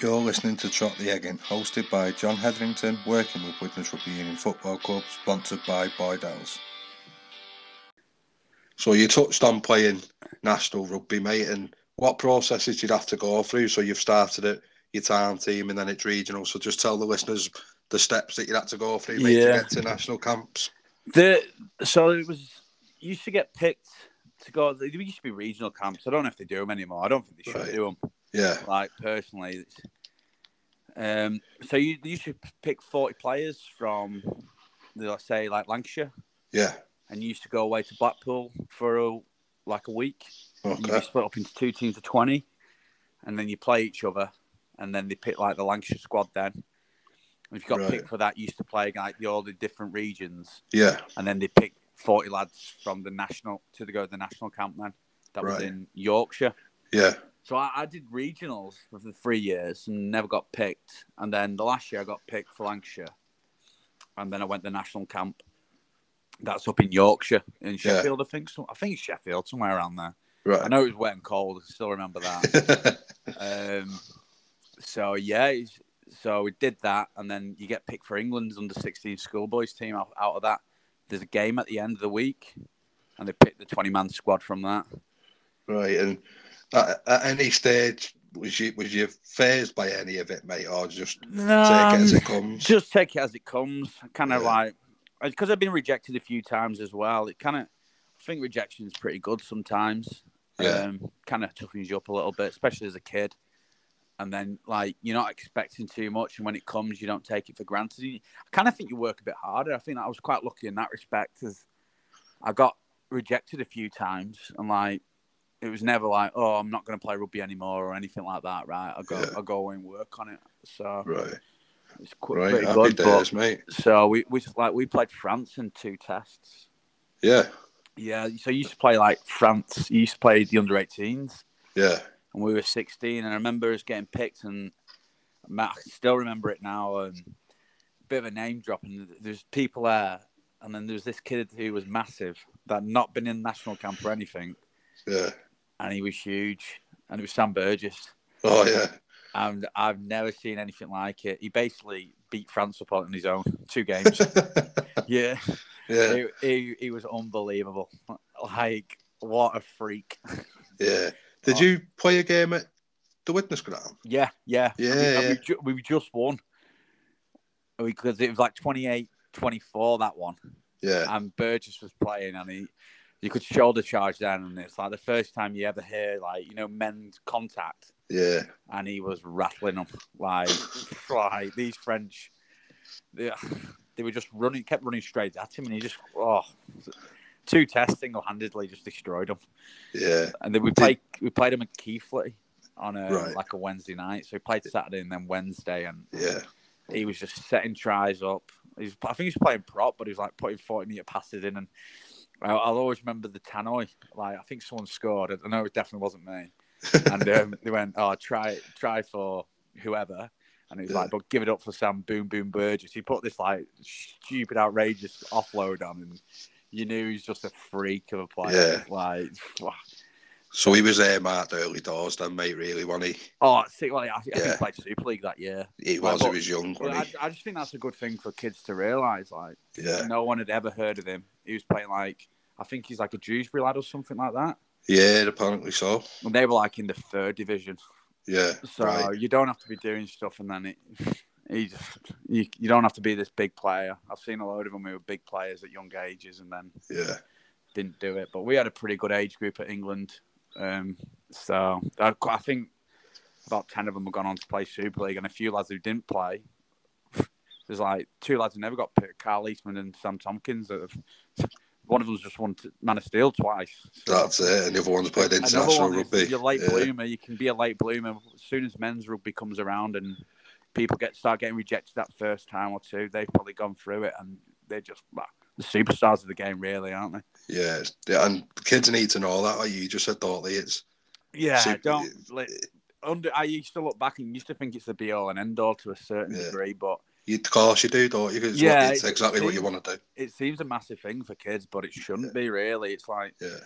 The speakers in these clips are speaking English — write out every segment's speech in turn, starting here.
You're listening to Trot the Egging, hosted by John Hetherington, working with Widnes Rugby Union Football Club, sponsored by Boydell's. So you touched on playing national rugby, mate, and what processes you'd have to go through. So you've started at your town team and then it's regional. So just tell the listeners the steps that you had to go through, mate, Yeah. to get to national camps. The so it was you used to get picked to go. There used to be regional camps. I don't know if they do them anymore. I don't think they should Right. do them. Yeah, Like personally, it's, um, so you you should pick forty players from, let's say like Lancashire, yeah, and you used to go away to Blackpool for a, like a week. You'd okay, be split up into two teams of twenty, and then you play each other, and then they pick like the Lancashire squad. Then, and if you got Right. picked for that, you used to play like the all the different regions yeah, and then they picked 40 lads from the national to the go to the national camp then that was Right. in yorkshire yeah, so I, I did regionals for the three years and never got picked and then the last year i got picked for lancashire and then i went to the national camp that's up in yorkshire in Yeah. Uh, sheffield i think so, i think it's sheffield somewhere around there i right. know it was wet and cold i still remember that um, so yeah, it's- so we did that, and then you get picked for England's under 16 schoolboys team out, out of that. There's a game at the end of the week, and they picked the 20 man squad from that. Right, and at, at any stage, was you was you phased by any of it, mate, or just take it as it comes? just take it as it comes. Kind of Um, Yeah. like because I've been rejected a few times as well. It kind of I think rejection's pretty good sometimes. Yeah. Um, kind of toughens you up a little bit, especially as a kid. And then like you're not expecting too much, and when it comes, you don't take it for granted. You- I kind of think you work a bit harder. I think I was quite lucky in that respect, as I got rejected a few times, and like it was never like, oh, I'm not going to play rugby anymore or anything like that. Right? I go, Yeah. I go and work on it. So Right, it's quite right, pretty happy good. but- days, mate. so we, we just like we played France in two tests. Yeah, Yeah, so you used to play like France. You used to play the under 18s, yeah, and we were 16. And I remember us getting picked, and Matt, I can still remember it now. And a bit of a name drop, and there's people there, and then there was this kid who was massive that had not been in national camp or anything, yeah. and he was huge, and it was Sam Burgess. Oh yeah, And I've never seen anything like it. He basically beat France up on his own two games. yeah. yeah, he, he, he was unbelievable. Like, what a freak. yeah. Did you play a game at the witness ground? Yeah, yeah. Yeah, And we, and yeah. we, ju- we just won. Because it was like 28 24, that one. Yeah, And Burgess was playing, and he, you could shoulder charge down, and it's like the first time you ever hear, like, you know, men's contact. yeah, And he was rattling them. Like, like these French, they, they were just running, kept running straight at him, and he just, oh, two tests single handedly just destroyed him. yeah, And then we played we played him at Keighley on a Right. like a Wednesday night. So we played Saturday and then Wednesday, and yeah. he was just setting tries up. He was, I think he was playing prop, but he was like putting forty meter passes in. And I, I'll always remember the Tannoy. Like I think someone scored. I know it definitely wasn't me. And um, they went, "Oh, try try for whoever." And it was Yeah. like, "But give it up for Sam Boom Boom Burgess." He put this like stupid, outrageous offload on, and you knew he was just a freak of a player. Like, So he was there, Mark, the early doors, then, mate. Really, when he Oh, see, well, I think, I think Yeah. he played Super League that year. he Right, was, but- he was young, But wasn't I, I just think that's a good thing for kids to realise. Like, he? Yeah, no one had ever heard of him. He was playing like, I think he's like a Dewsbury lad or something like that. yeah. Apparently so. And they were like in the third division. Yeah, So right. you don't have to be doing stuff, and then it, he just, you, you don't have to be this big player. I've seen a load of them who were big players at young ages and then Yeah, didn't do it. But we had a pretty good age group at England. Um, so I, I think about 10 of them have gone on to play Super League, and a few lads who didn't play. There's like two lads who never got picked Carl Eastman and Sam Tompkins. That have, one of them's just won t- Man of Steel twice. that's it. And the other one's played Another international one is rugby. you're late yeah. bloomer. You can be a late bloomer as soon as men's rugby comes around and people get start getting rejected that first time or two. They've probably gone through it and they're just like, the superstars of the game, really, aren't they? Yeah, it's- yeah, and kids need to know that. Like you just said, don't they? It's Yeah, Super- don't. Like, under, I used to look back and used to think it's the be all and end all to a certain Yeah. degree, but you, of course you do, don't you? 'Cause It's, Yeah, what, it's it's- exactly what you want to do. it seems a massive thing for kids, but it shouldn't be really. It's like Yeah,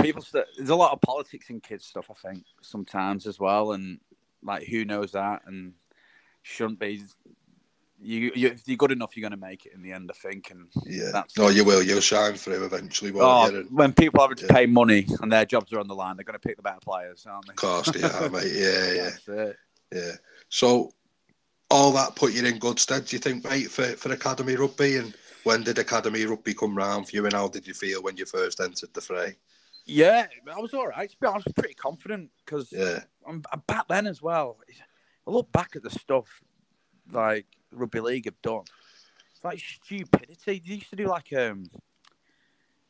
people. St- there's a lot of politics in kids stuff, I think, sometimes as well, and like who knows that and shouldn't be. You, you if you're good enough, you're going to make it in the end. I think, and Yeah. That's- no, you will. You'll shine through eventually, Oh, won't you? And when people have to yeah. pay money and their jobs are on the line, they're going to pick the better players, aren't they? of course, they are, mate. Yeah, yeah, That's it. yeah. So, all that put you in good stead, do you think, mate, for, for academy rugby? And when did academy rugby come round for you? And how did you feel when you first entered the fray? Yeah, I was all right. to be honest, I was pretty confident because Yeah, I'm, I'm Um, back then as well. I look back at the stuff like rugby league have done. It's like stupidity. They used to do like um,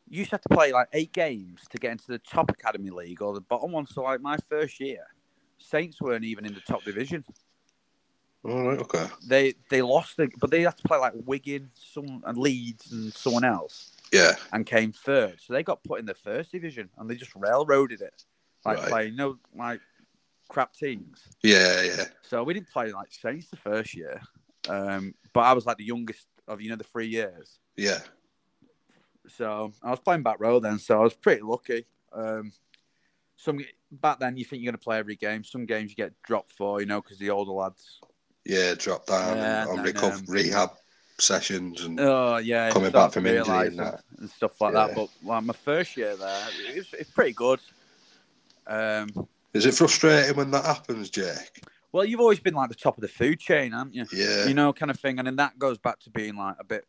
you used to have to play like eight games to get into the top academy league or the bottom one. So like my first year, Saints weren't even in the top division. all right, okay. They they lost, the, but they had to play like Wigan, some and Leeds and someone else, Yeah, and came third. So they got put in the first division and they just railroaded it, like Right. playing no like crap teams. yeah, yeah, So we didn't play like Saints the first year, um, but I was like the youngest of you know the three years. yeah, So I was playing back row then, so I was pretty lucky. Um, some back then you think you're going to play every game. Some games you get dropped for, you know, because the older lads. yeah. Drop down Yeah, and on and then, recover, um, rehab sessions and Oh yeah, Coming start back from to injury realise and that. and stuff like Yeah. that. But like my first year there, it was, it's pretty good. Um, Is it frustrating when that happens, Jake? well, you've always been like the top of the food chain, haven't you? Yeah, you know, kind of thing. And then that goes back to being like a bit.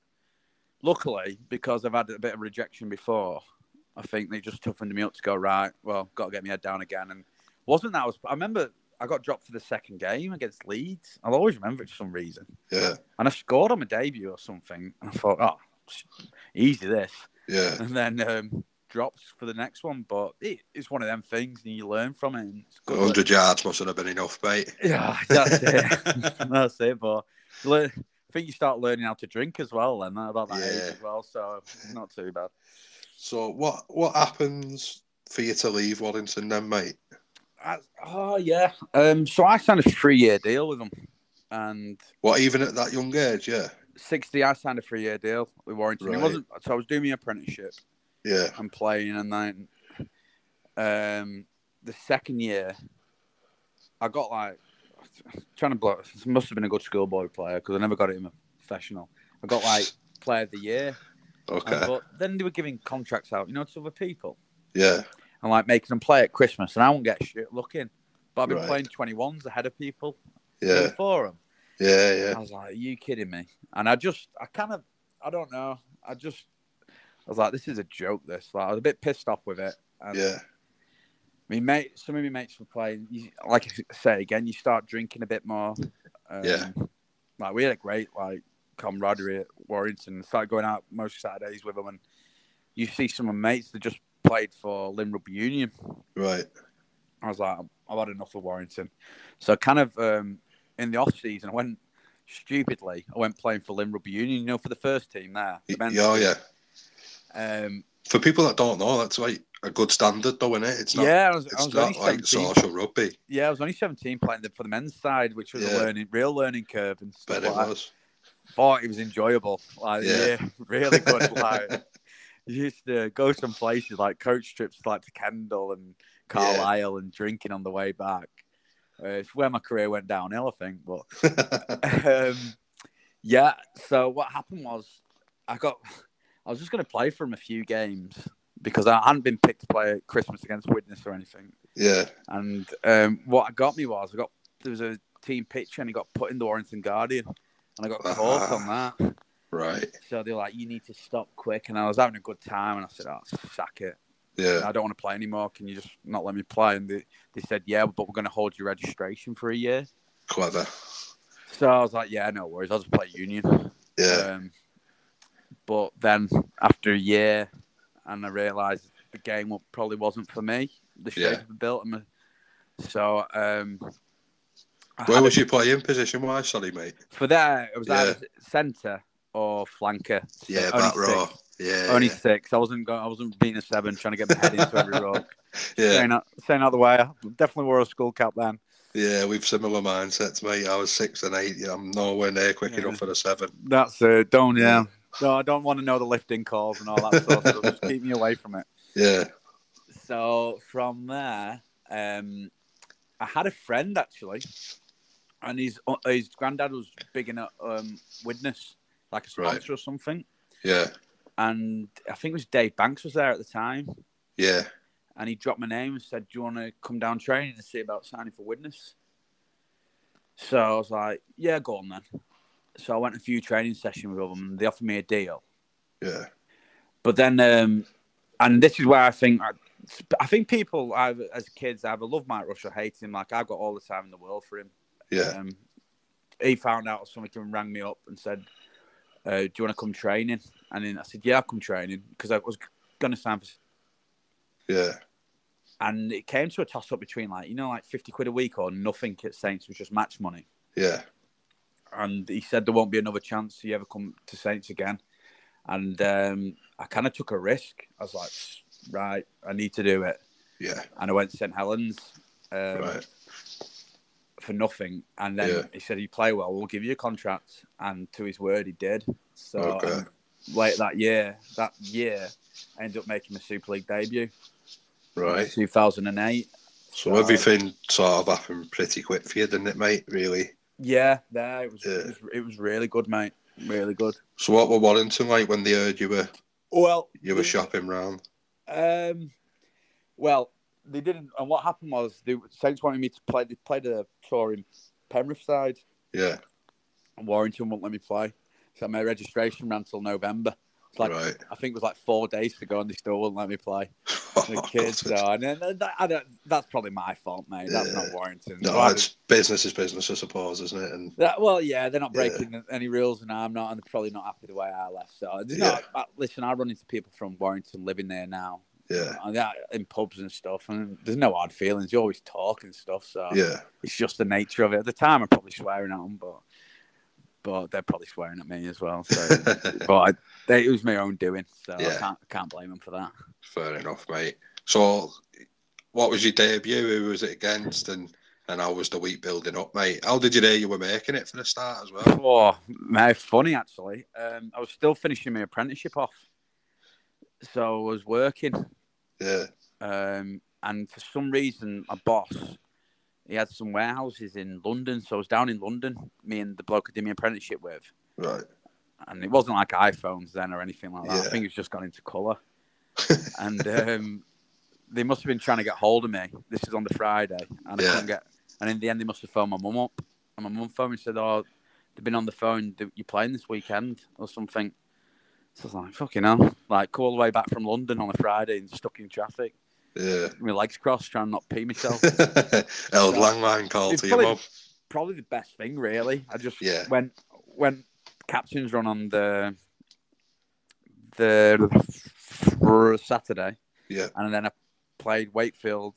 Luckily, because I've had a bit of rejection before, I think they just toughened me up to go right. Well, got to get my head down again. And wasn't that I was? I remember I got dropped for the second game against Leeds. I'll always remember it for some reason. yeah, And I scored on my debut or something. And I thought, oh, easy this. yeah, And then um, dropped for the next one. But it, it's one of them things, and you learn from it. And it's good that- hundred yards mustn't have been enough, mate. yeah, that's it. that's it. But learn, I think you start learning how to drink as well, then about that Yeah. age as well. So it's not too bad. So what what happens for you to leave Warrington then, mate? I- oh yeah. Um. So I signed a three-year deal with them, and What even at that young age? Yeah, sixty. I signed a three-year deal with Warrington. Right. It wasn't. So I was doing my apprenticeship yeah, and playing, and then um, the second year, I got like trying to block. This must have been a good schoolboy player because I never got it in my professional. I got like player of the year. okay, Uh, but then they were giving contracts out, you know, to other people yeah, and like making them play at Christmas, and I won't get shit looking. But I've been Right. playing 21s ahead of people yeah, before them. yeah, yeah, I was like, Are you kidding me? And I just, I kind of, I don't know. I just, I was like, this is a joke, this. Like, I was a bit pissed off with it. And yeah, Me mate, some of my mates were playing, you, like I say again, you start drinking a bit more. Um, Yeah. Like, we had a great, like, camaraderie at Warrington. Started going out most Saturdays with them and you see some of my mates that just played for Lynn Rugby Union. right, I was like, I've had enough of Warrington. So kind of um, in the off season, I went stupidly. I went playing for Lynn Rugby Union, you know, for the first team there. the men's yeah, oh, yeah. team. Um, For people that don't know, that's like a good standard, though, isn't it? It's not, yeah, I was, I it's was only not like 17. social rugby, Yeah, I was only 17 playing the, for the men's side, which was Yeah. a learning, real learning curve. And stuff but it like that. was. Thought it was enjoyable. Like, Yeah. yeah, really good. like, you used to go some places like coach trips, like to Kendall and Carlisle, and drinking on the way back. Uh, it's where my career went downhill, I think. But um, yeah. So what happened was, I got, I was just going to play for him a few games because I hadn't been picked to play at Christmas against Witness or anything. yeah, And um, what got me was I got there was a team picture and he got put in the Warrington Guardian, and I got caught on that. right, So they're like, "You need to stop quick." And I was having a good time, and I said, "Oh, sack it! yeah, I don't want to play anymore. Can you just not let me play?" And they, they said, "Yeah, but we're going to hold your registration for a year." clever, So I was like, "Yeah, no worries. I'll just play Union." yeah, Um, but then after a year, and I realised the game wa- probably wasn't for me. The shape Yeah. of the built, and the- so um, Uh, I Where had was a- you playing position wise? Sorry, mate. for that? It was Yeah. either centre or flanker. So Yeah, only back row. six- Yeah, Only yeah. six. I wasn't going. I wasn't being a seven, trying to get my head into every rock. yeah. Staying, out, staying out of the way. I definitely wore a school cap then. Yeah, we've similar mindsets, mate. I was six and eight. Yeah, I'm nowhere near quick Yeah. enough for a seven. That's it. Don't yeah. No, I don't want to know the lifting calls and all that sort of stuff. Just keep me away from it. Yeah, So from there, um, I had a friend actually, and his uh, his granddad was big in a um, witness, like a sponsor or something. Yeah. And I think it was Dave Banks was there at the time, Yeah. and he dropped my name and said, "Do you want to come down training and see about signing for witness?" So I was like, "Yeah, go on then." So I went a few training sessions with them, and they offered me a deal. Yeah. But then, um, and this is where I think I, I think people either, as kids either love Mike Rush or hate him. Like I've got all the time in the world for him. Yeah. Um, he found out something and rang me up and said, uh, "Do you want to come training?" And then I said, "Yeah, I'll come training" because I was going to sign for. Yeah. And it came to a toss up between like you know like fifty quid a week or nothing at Saints was just match money. Yeah. and he said there won't be another chance you ever come to Saints again. And um, I kind of took a risk. I was like, right, I need to do it. Yeah. And I went to St Helens um, Right. for nothing. And then Yeah. he said, you play well, we'll give you a contract. And to his word, he did. So Okay. um, late that year, that year, I ended up making my Super League debut Right. 2008. So everything sort of happened pretty quick for you, didn't it, mate? Really. Yeah, there. It was, Yeah. it was, it was really good, mate. Really good. So what were Warrington like when they heard you were Well, you were shopping round? Um, well, they didn't. And what happened was, they Saints wanted me to play. They played a tour in Penrith side, Yeah. and Warrington wouldn't let me play. So my registration ran till November. It's like right. I think it was like four days to go, and they still wouldn't let me play. The kids, Oh, uh, God. so and then, and that, I don't, that's probably my fault, mate. That's Yeah. not Warrington. So No, I- it's business is business, I suppose, isn't it? And that, well, yeah, they're not Yeah. breaking any rules, and I'm not, and they're probably not happy the way I left. So, you Yeah. know, I- listen, I run into people from Warrington living there now, yeah, and that in pubs and stuff, and there's no hard feelings. You always talk and stuff, so yeah, it's just the nature of it. At the time, I'm probably swearing at them, but but they're probably swearing at me as well. So, but I, they, it was my own doing, so I Yeah. can't can't blame them for that. fair enough, mate. So, what was your debut? Who was it against? And and how was the week building up, mate? How did you know you were making it for the start as well? Oh, mate, funny actually. Um, I was still finishing my apprenticeship off, so I was working, Yeah, um, and for some reason, my boss. He had some warehouses in London, so I was down in London, me and the bloke I did my apprenticeship with. right. and it wasn't like iPhones then or anything like that. I Yeah. think it's just gone into color. and um, they must have been trying to get hold of me. This is on the Friday, and Yeah. I couldn't get. And in the end, they must have phoned my mum up, and my mum phoned me and said, "Oh, they've been on the phone. that You're playing this weekend or something." So I was like, "Fucking hell!" Like, come all the way back from London on a Friday and stuck in traffic, Yeah. my legs crossed, trying to not pee myself. Held Langman call It's to your probably- mum. Probably the best thing, really. I just Yeah, when when captains run on the the Saturday, yeah, and then I played Wakefield,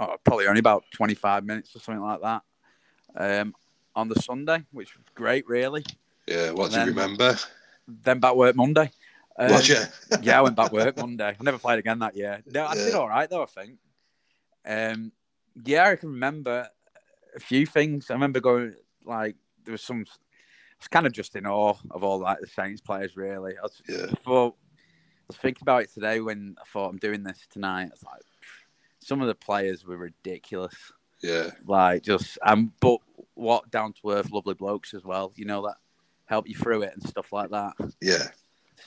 oh, probably only about twenty five minutes or something like that, um, on the Sunday, which was great, really. yeah. What do Then- you remember? Then back work Monday. Um, was you? yeah, I went back work Monday. I never played again that year. No, I did Yeah. all right though. I think. Um, yeah, I can remember a few things. I remember going like there was some. I was kind of just in awe of all like the Saints players. Really, I was, Yeah, before, I was thinking about it today when I thought I'm doing this tonight. It's like pff, some of the players were ridiculous. yeah, Like just um, but what down to earth, lovely blokes as well. You know that help you through it and stuff like that. yeah,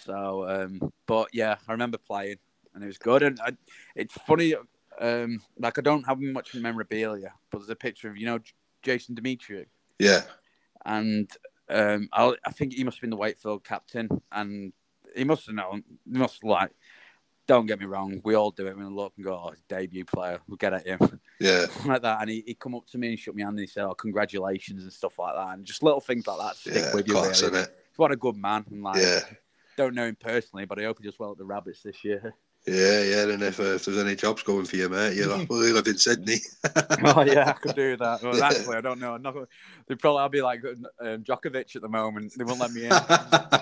So, um, but yeah, I remember playing, and it was good. And I, it's funny, um, like I don't have much memorabilia, but there's a picture of you know J- Jason Demetriou, yeah, and um, i I think he must have been the Wakefield captain, and he must have known, he must like. Don't get me wrong, we all do it. We look and go, oh, debut player, we'll get at him yeah, like that. And he, he come up to me and shook me hand and he said, oh, congratulations and stuff like that, and just little things like that stick yeah. with you. Class, Really. innit? What a good man, and like Yeah. don't know him personally, but I hope he does well at the Rabbits this year. Yeah, yeah, and if, uh, if there's any jobs going for you, mate, you're like, well, you live in Sydney. oh yeah, I could do that. Well, Yeah. actually, I don't know. I'm not. gonna- They probably I'll be like um, Djokovic at the moment. They won't let me in.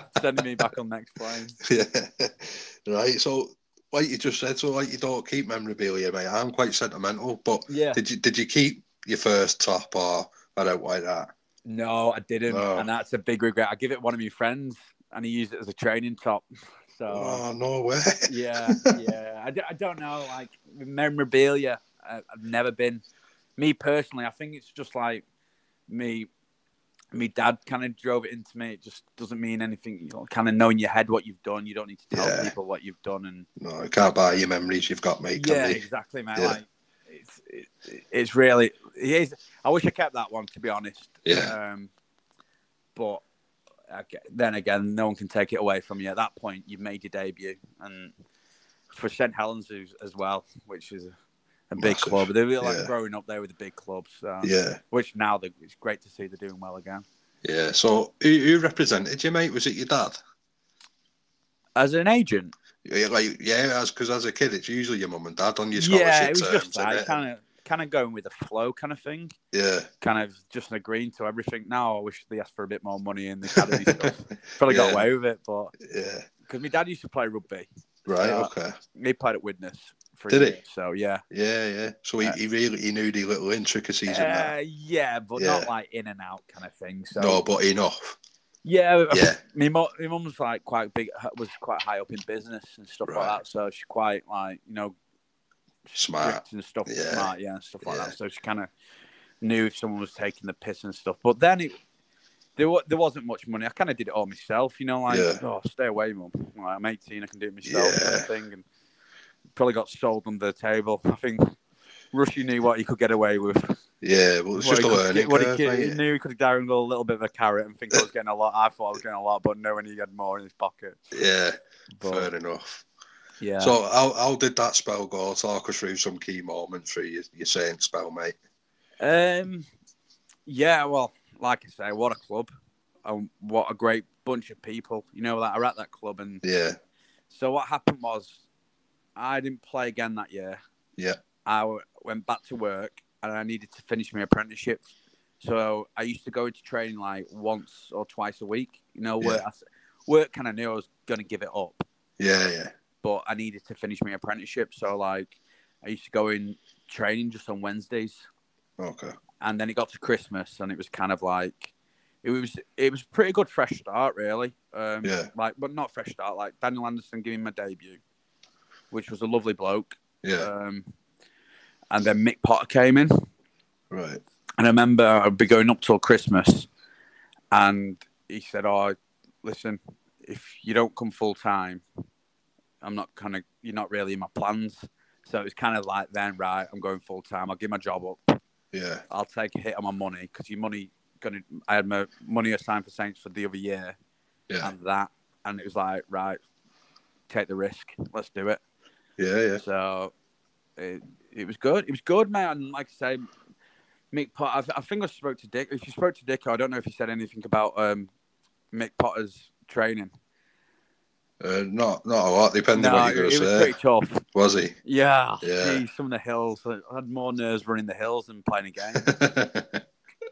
Sending me back on next plane. yeah. Right. So, like you just said, so like you don't keep memorabilia, mate. I'm quite sentimental, but Yeah. did you did you keep your first top or I don't like that? No, I didn't, No. and that's a big regret. I give it one of my friends, and he used it as a training top. So Oh, no way. yeah, yeah. I, d- I don't know. Like memorabilia, I, I've uh, never been. me personally, I think it's just like me. Me dad kind of drove it into me. It just doesn't mean anything. You know, kind of know in your head what you've done. You don't need to tell Yeah. people what you've done. And No, you can't buy your memories you've got, mate. yeah, Can they? exactly, mate. Yeah. Like, it's it, it's really. It is, I wish I kept that one to be honest. Yeah. Um, but I ge- then again, no one can take it away from you. At that point, you've made your debut, and for St Helens as- as well, which is a, a big Massive. club. They were like Yeah. growing up there with the big clubs. So, Yeah, Which now they, it's great to see they're doing well again. yeah. So who, who represented you, mate? Was it your dad? As an agent, Yeah, Like, yeah, as because as a kid, it's usually your mum and dad on your scholarship yeah, it was terms. just that innit? kind of kind of going with the flow kind of thing. Yeah, kind of just agreeing to everything. Now I wish they asked for a bit more money in the academy stuff. Probably got Yeah. away with it, but yeah. because my dad used to play rugby, Right. Yeah. Okay. he played at Widnes. For Did he? years, So yeah, Yeah, yeah. So he, Uh, he really he knew the little intricacies in that. uh, yeah, but Yeah. not like in and out kind of thing. So no, but enough. yeah, Yeah, my mum my mum's like quite big, was quite high up in business and stuff like Right. that. So she's quite like you know smart. strict and stuff, Yeah. smart, yeah, and stuff like Yeah. that. So she kind of knew if someone was taking the piss and stuff. But then it, there, wa- there wasn't much money. I kind of did it all myself, you know, like, Yeah. oh, stay away, mum. Like, I'm 18, I can do it myself, kind Yeah. of thing. And probably got sold under the table. I think Rushy knew what he could get away with. Yeah, well, it's what just a he could learning get- what he curve, could- mate. he knew he could dangle a little bit of a carrot and think I was getting a lot. I thought I was getting a lot, but knowing he had more in his pocket. Yeah, But, fair enough. yeah. So how, how did that spell go? Talk us through some key moments for your, your Saint spell, mate. Um, yeah, well, like I say, what a club, and what a great bunch of people. You know that are at that club, and Yeah, so what happened was, I didn't play again that year. Yeah. I w- went back to work, and I needed to finish my apprenticeship. So I used to go into training like once or twice a week. You know, work, work kind of knew I was going to give it up yeah, yeah, but I needed to finish my apprenticeship. So like, I used to go in training just on Wednesdays, okay, and then it got to Christmas, and it was kind of like, it was it was pretty good fresh start really. Um, Yeah. Like, but not fresh start. Like Daniel Anderson giving my debut, which was a lovely bloke. yeah, Um, and then Mick Potter came in, right, and I remember I'd be going up till Christmas, and he said, "Oh, listen, if you don't come full time, I'm not kind of you're not really in my plans." So it was kind of like, "Then right, I'm going full time. I'll give my job up. yeah, I'll take a hit on my money because your money gonna. I had my money assigned for Saints for the other year yeah, and that, and it was like, right, take the risk. Let's do it." yeah, yeah, So it, it was good. It was good, man. And Like I say, Mick Potter. I, I think I spoke to Dick. If you spoke to Dick, I don't know if he said anything about um, Mick Potter's training. Uh, not not a lot. Depending no, what you're it, gonna it was say. pretty tough. Was he? Yeah, Yeah. Geez, some of the hills. I had more nerves running the hills than playing a game.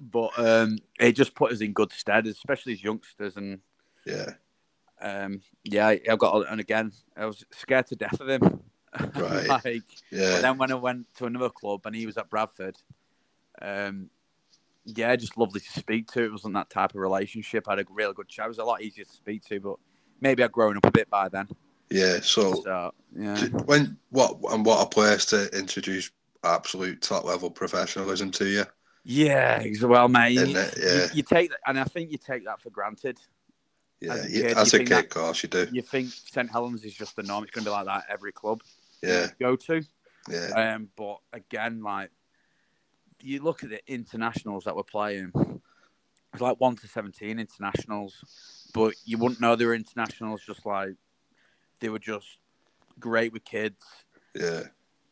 but um, it just put us in good stead, especially as youngsters. And yeah, um, yeah, I I got and again, I was scared to death of him. Right. like But yeah, then when I went to another club and he was at Bradford, um, yeah, just lovely to speak to. It wasn't that type of relationship. I had a really good chat. It was a lot easier to speak to, but maybe I'd grown up a bit by then. yeah. So So yeah, d- when what and what a place to introduce absolute top level professionalism to you. yeah, ex- well, mate, you, Isn't it? uh, Yeah. you, you take that, and I think you take that for granted. Yeah, As a you- as kid, you a think kid, that- of course you do. You think St Helens is just the norm. It's going to be like that at every club Yeah, you go to. yeah, Um, but again, like you look at the internationals that we're playing, it's like one to seventeen internationals, but you wouldn't know they were internationals. Just like they were just great with kids, yeah,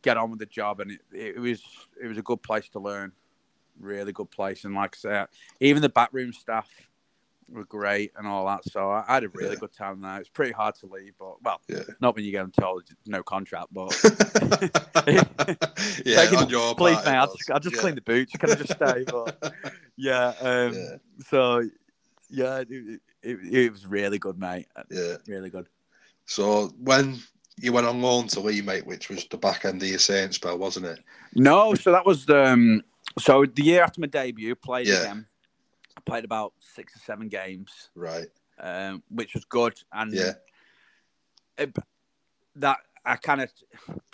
get on with the job, and it, it was it was a good place to learn, really good place. And like I said, even the backroom staff were great and all that. So I, I had a really Yeah. good time there. It's pretty hard to leave, but well, Yeah. not when you get them told no contract, but. yeah. Taking- on your Please, part, mate. it I was. just, I just yeah. cleaned the boots. Can I just stay? But yeah, um, Yeah, so yeah, it, it, it, it was really good, mate. Uh, yeah. Really good. So when you went on loan to Lee, mate, which was the back end of your Saints spell, wasn't it? No, so that was um, so the year after my debut, played Yeah. again. I played about six or seven games, Right. um, which was good, and Yeah. it- that I kind of,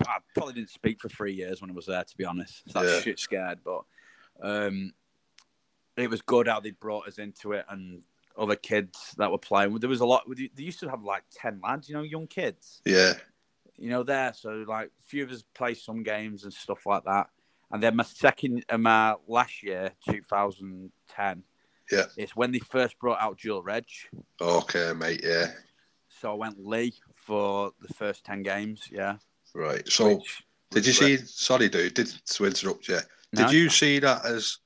I probably didn't speak for three years when I was there, to be honest. So that's Yeah. shit scared, but um, it was good how they brought us into it and other kids that were playing. There was a lot. They used to have like ten lads, you know, young kids Yeah, you know, there. So like a few of us play some games and stuff like that. And then my second, uh, my last year, 2010, Yeah. it's when they first brought out dual reg. okay, mate. Yeah, So I went Lee for the first 10 games. Yeah. right. So, which did you was see? great. Sorry, dude, did to interrupt you. No, Did you see that as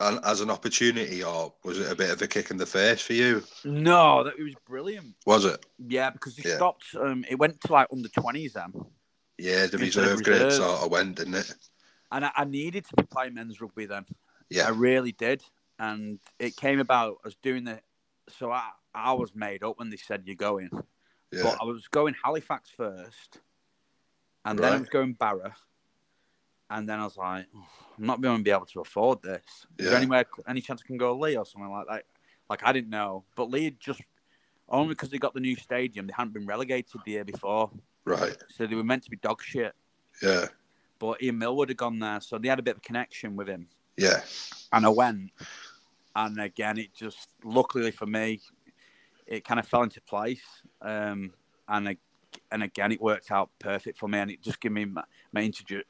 an, as an opportunity, or was it a bit of a kick in the face for you? No, that it was brilliant. Was it? Yeah, because they Yeah. stopped. Um, it went to like under 20s then. Yeah, the Into the reserve grade reserve. sort of went, didn't it? And I, I needed to be playing men's rugby then. I Yeah, really did. And it came about, I was doing the. So I, I was made up when they said you're going. yeah, But I was going Halifax first, and then I Right. was going Barra, and then I was like, "Oh, I'm not going to be able to afford this. Is Yeah. there anywhere, any chance I can go Lee or something like that? Like I didn't know, but Lee had just only because they got the new stadium, they hadn't been relegated the year before, right. so they were meant to be dog shit. Yeah, But Ian Millwood had gone there, so they had a bit of a connection with him, yeah, and I went, and again, it just luckily for me, it kind of fell into place. Um, and I, and again, it worked out perfect for me, and it just gave me my, my introdu-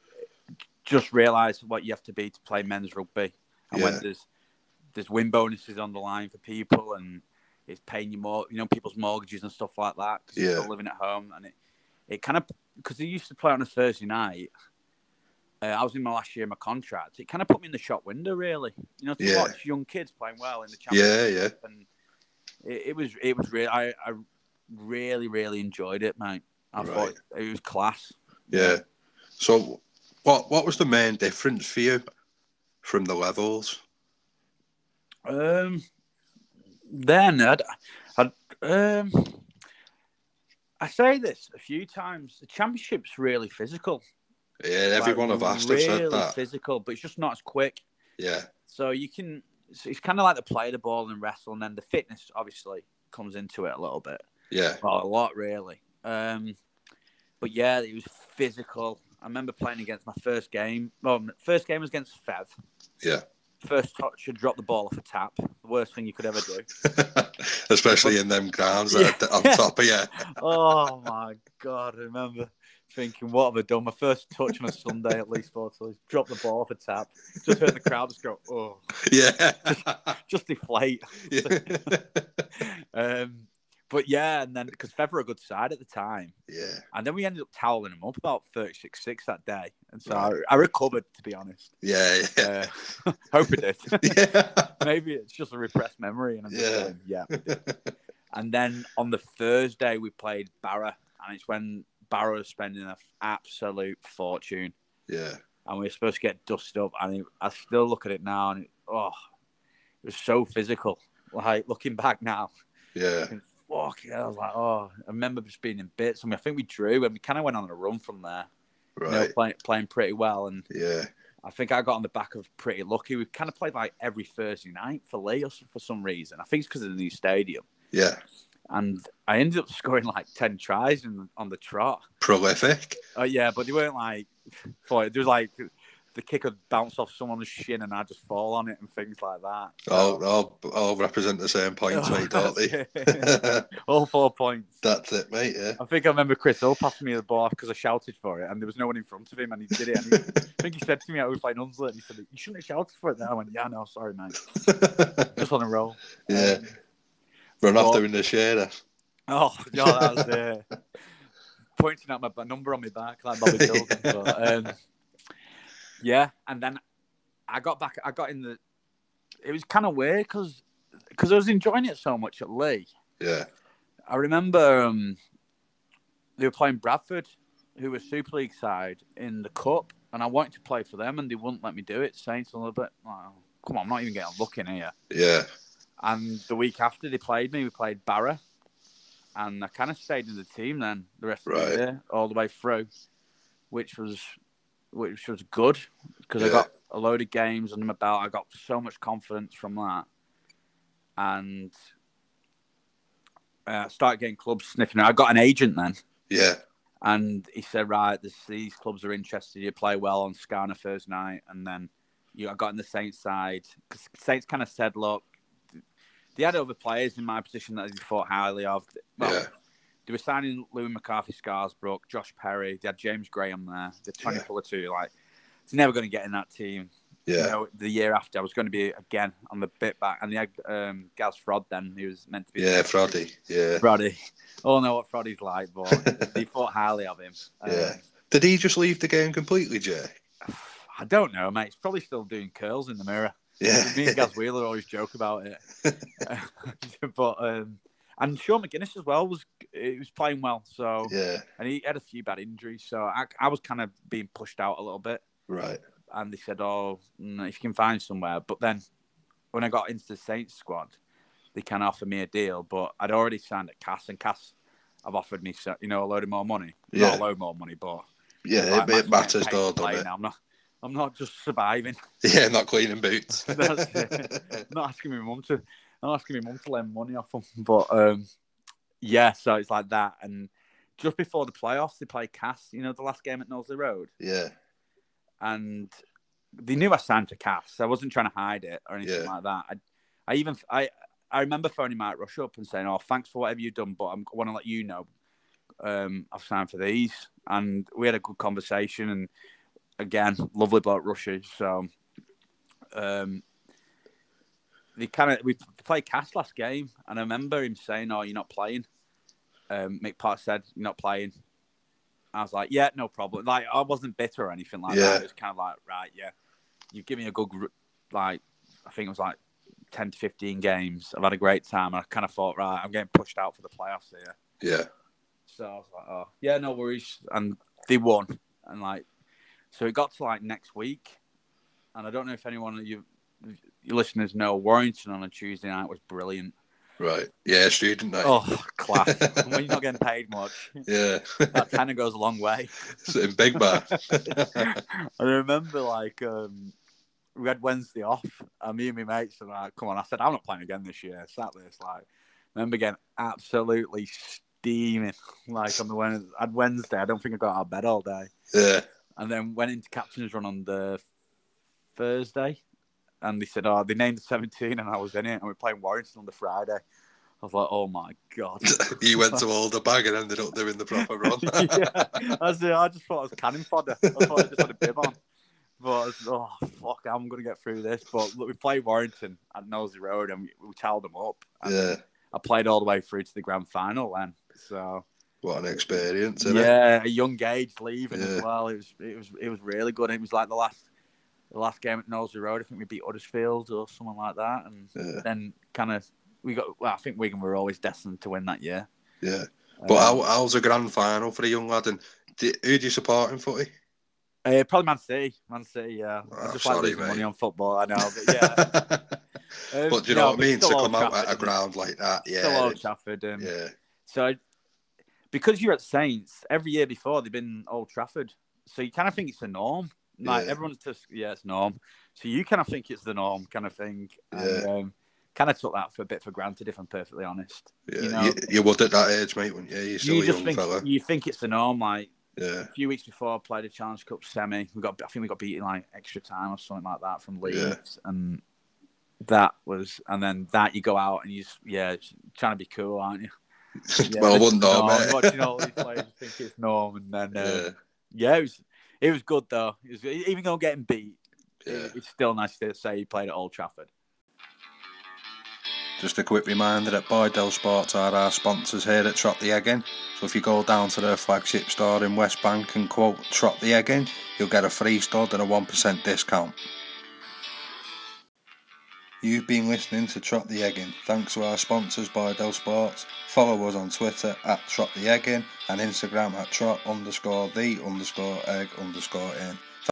just realised what you have to be to play men's rugby, and Yeah. when there's there's win bonuses on the line for people, and it's paying you more, you know, people's mortgages and stuff like that because Yeah. you're still living at home, and it it kind of because they used to play on a Thursday night. Uh, I was in my last year of my contract. It kind of put me in the shop window, really. You know, to Yeah. watch young kids playing well in the championship yeah, yeah. and it, it was it was really I, I really really enjoyed it, mate. I Right. thought it was class. Yeah. So, what what was the main difference for you from the levels? Um. Then I'd, I'd um. I say this a few times. The championship's really physical. Yeah, everyone like, I've asked really have said that. physical, but it's just not as quick. Yeah, So you can. It's, it's kind of like the play the ball and wrestle, and then the fitness obviously comes into it a little bit. yeah, Well, a lot really. Um, but yeah, it was physical. I remember playing against my first game. Well, my first game was against Fev. Yeah. First touch, you drop the ball off a tap. The worst thing you could ever do. especially in them grounds that are on top of yeah, oh my god! I remember thinking, what have I done? My first touch on a Sunday at least four times. Drop the ball off a tap. Just heard the crowd just go, oh, yeah, just deflate. yeah, Um, but yeah, and then because Fev were a good side at the time. yeah, And then we ended up toweling him up about 36 6 that day. And so Right. I, I recovered, to be honest. yeah, yeah. Uh, hope it did. yeah. Maybe it's just a repressed memory. And I'm just Yeah. going, yeah. we did. and then on the Thursday, we played Barra. And it's when Barra was spending an absolute fortune. yeah. And we were supposed to get dusted up. And it, I still look at it now and it, oh, it was so physical. Like looking back now, Yeah, thinking, fuck yeah. I was like, oh, I remember just being in bits. I mean, I think we drew and we kind of went on a run from there you know, right. playing playing pretty well. And Yeah, I think I got on the back of pretty lucky. We kind of played like every Thursday night for Lee or s- for some reason. I think it's because of the new stadium. yeah. And I ended up scoring like ten tries in, on the trot. Prolific. Oh yeah, but they weren't like for there was like the kick would bounce off someone's shin and I would just fall on it and things like that. All, Oh. all, all represent the same points, mate, don't they? All four points. That's it, mate. Yeah. I think I remember Chris Hill passing me the ball because I shouted for it and there was no one in front of him and he did it. And he, I think he said to me, I was playing Unslit, and he said, You shouldn't have shouted for it. Then I went, Yeah, no, sorry, mate. Just on a roll. yeah. We're not Well- doing the share. Oh, yeah, that was uh, pointing out my b- number on my back like Bobby Jordan. But, um, yeah, and then I got back. I got in the. It was kind of weird because I was enjoying it so much at Lee. Yeah. I remember um, they were playing Bradford, who were Super League side in the cup, and I wanted to play for them, and they wouldn't let me do it. Saying something a little bit, oh, come on, I'm not even getting a look in here. Yeah. And the week after they played me, we played Barra. And I kind of stayed in the team then the rest of Right. the year, all the way through, which was which was good because I Yeah. got a load of games under my belt. I got so much confidence from that, and uh, started getting clubs sniffing. I got an agent then, Yeah. And he said, right, this, these clubs are interested. You play well on Sky on a first night, and then you I got in the Saints side because Saints kind of said, look, they had other players in my position that they thought highly of. Well, Yeah. they were signing Louis McCarthy, Scarsbrook, Josh Perry. They had James Graham there. They're Tony Yeah. Pulitu. Like, it's never going to get in that team. Yeah. You know, the year after, I was going to be again on the bit back, and they had um, Gaz Frod then, who was meant to be. Yeah, Friday. Yeah. Froddy. All know what Froddy's like, but they thought highly of him. Um, Yeah. Did he just leave the game completely, Jay? I don't know, mate. He's probably still doing curls in the mirror. Me Yeah. and Gaz Wheeler always joke about it. but um, and Sean McGuinness as well was he was playing well, so yeah. and he had a few bad injuries, so I, I was kind of being pushed out a little bit. Right. And they said, "Oh, mm, if you can find somewhere," but then when I got into the Saints squad, they can offer me a deal, but I'd already signed at Cass, and Cass have offered me, so- you know, a load of more money. Not Yeah. a load more money, but Yeah, like, it, it I'm matters getting though, paid to doesn't play it? now. I'm not, I'm not just surviving. Yeah, not cleaning boots. That's it. not asking my mum to not asking my mum to lend money off them. But um, yeah, so it's like that. And just before the playoffs, they play Cass. You know, the last game at Knowsley Road, yeah. and they knew I signed to Cass. I wasn't trying to hide it or anything Yeah. like that. I, I even I I remember phoning Mike Rush up and saying, "Oh, thanks for whatever you've done, but I'm, I want to let you know um, I've signed for these." And we had a good conversation. And again, lovely bloke Rushy. So um, they kind of we played Cass last game, and I remember him saying, "Oh, you're not playing." Um, Mick Park said, "You're not playing." I was like, "Yeah, no problem." Like I wasn't bitter or anything like Yeah. that. It was kind of like, "Right, yeah, you've given me a good, gr- like I think it was like ten to fifteen games. I've had a great time, and I kind of thought, right, I'm getting pushed out for the playoffs here." Yeah. So I was like, oh, yeah, no worries. And they won. And like, so it got to like next week. And I don't know if anyone of you, your listeners know, Warrington on a Tuesday night was brilliant. Right. Yeah, student night. Oh, class. And when you're not getting paid much, Yeah. that kind of goes a long way. Sitting big bar. and I remember like, um, we had Wednesday off, and me and my mates are like, come on. I said, I'm not playing again this year. Sat there, it's like, remember getting absolutely steaming. Like on the Wednesday, I'd Wednesday, I don't think I got out of bed all day. yeah. and then went into captain's run on the Thursday, and they said, "Oh, they named the 17," and I was in it, and we are playing Warrington on the Friday. I was like, "Oh my god!" You went to hold the bag and ended up doing the proper run. yeah, I, was, I just thought I was cannon fodder. I thought I just had a bib on. But I was, oh fuck, I'm gonna get through this. But look, we played Warrington at Nosey Road, and we, we towed them up. And yeah. I played all the way through to the grand final, then. So What an experience, isn't it? yeah, a young age leaving Yeah. as well. It was it was it was really good. It was like the last the last game at Knowsley Road. I think we beat Huddersfield or someone like that, and Yeah. then kind of we got. Well, I think Wigan were always destined to win that year. Yeah. Um, But how, how's a grand final for a young lad? And do, who do you support in footy? uh, probably Man City, Man City. Yeah, Oh, I just sorry, like losing mate. money on football. I know, but yeah. Um, but do you no, know what I but mean? To still Old come out at a Trafford, ground like that, isn't it? still yeah, Old Trafford. Um, yeah, So I- because you're at Saints, every year before they've been Old Trafford, so you kind of think it's the norm. Like Yeah. everyone's just yeah, it's norm. So you kind of think it's the norm, kind of thing. And, Yeah. um, kind of took that for a bit for granted, if I'm perfectly honest. yeah. You, you know- you, would at that age, mate, wouldn't you? You're still you a just young think fella. you think it's the norm. Like Yeah, a few weeks before, I played a Challenge Cup semi. We got I think we got beaten like extra time or something like that from Leeds, and that was and then that you go out and you just, yeah, trying to be cool, aren't you? Yeah, well, I this wouldn't is know, Norm. mate. Watching all these players, you think it's norm, and then uh, yeah, yeah, it was it was good though. It was, e-, even though getting beat, yeah. it- it's still nice to say he played at Old Trafford. Just a quick reminder that Boydell Sports are our sponsors here at Trot the Egg In. So if you go down to their flagship store in West Bank and quote Trot the Egg In, you'll get a free stud and a 1% discount. You've been listening to Trot the Egg In. Thanks to our sponsors Boydell Sports. Follow us on Twitter at Trot the Egg In and Instagram at Trot underscore the underscore egg underscore in.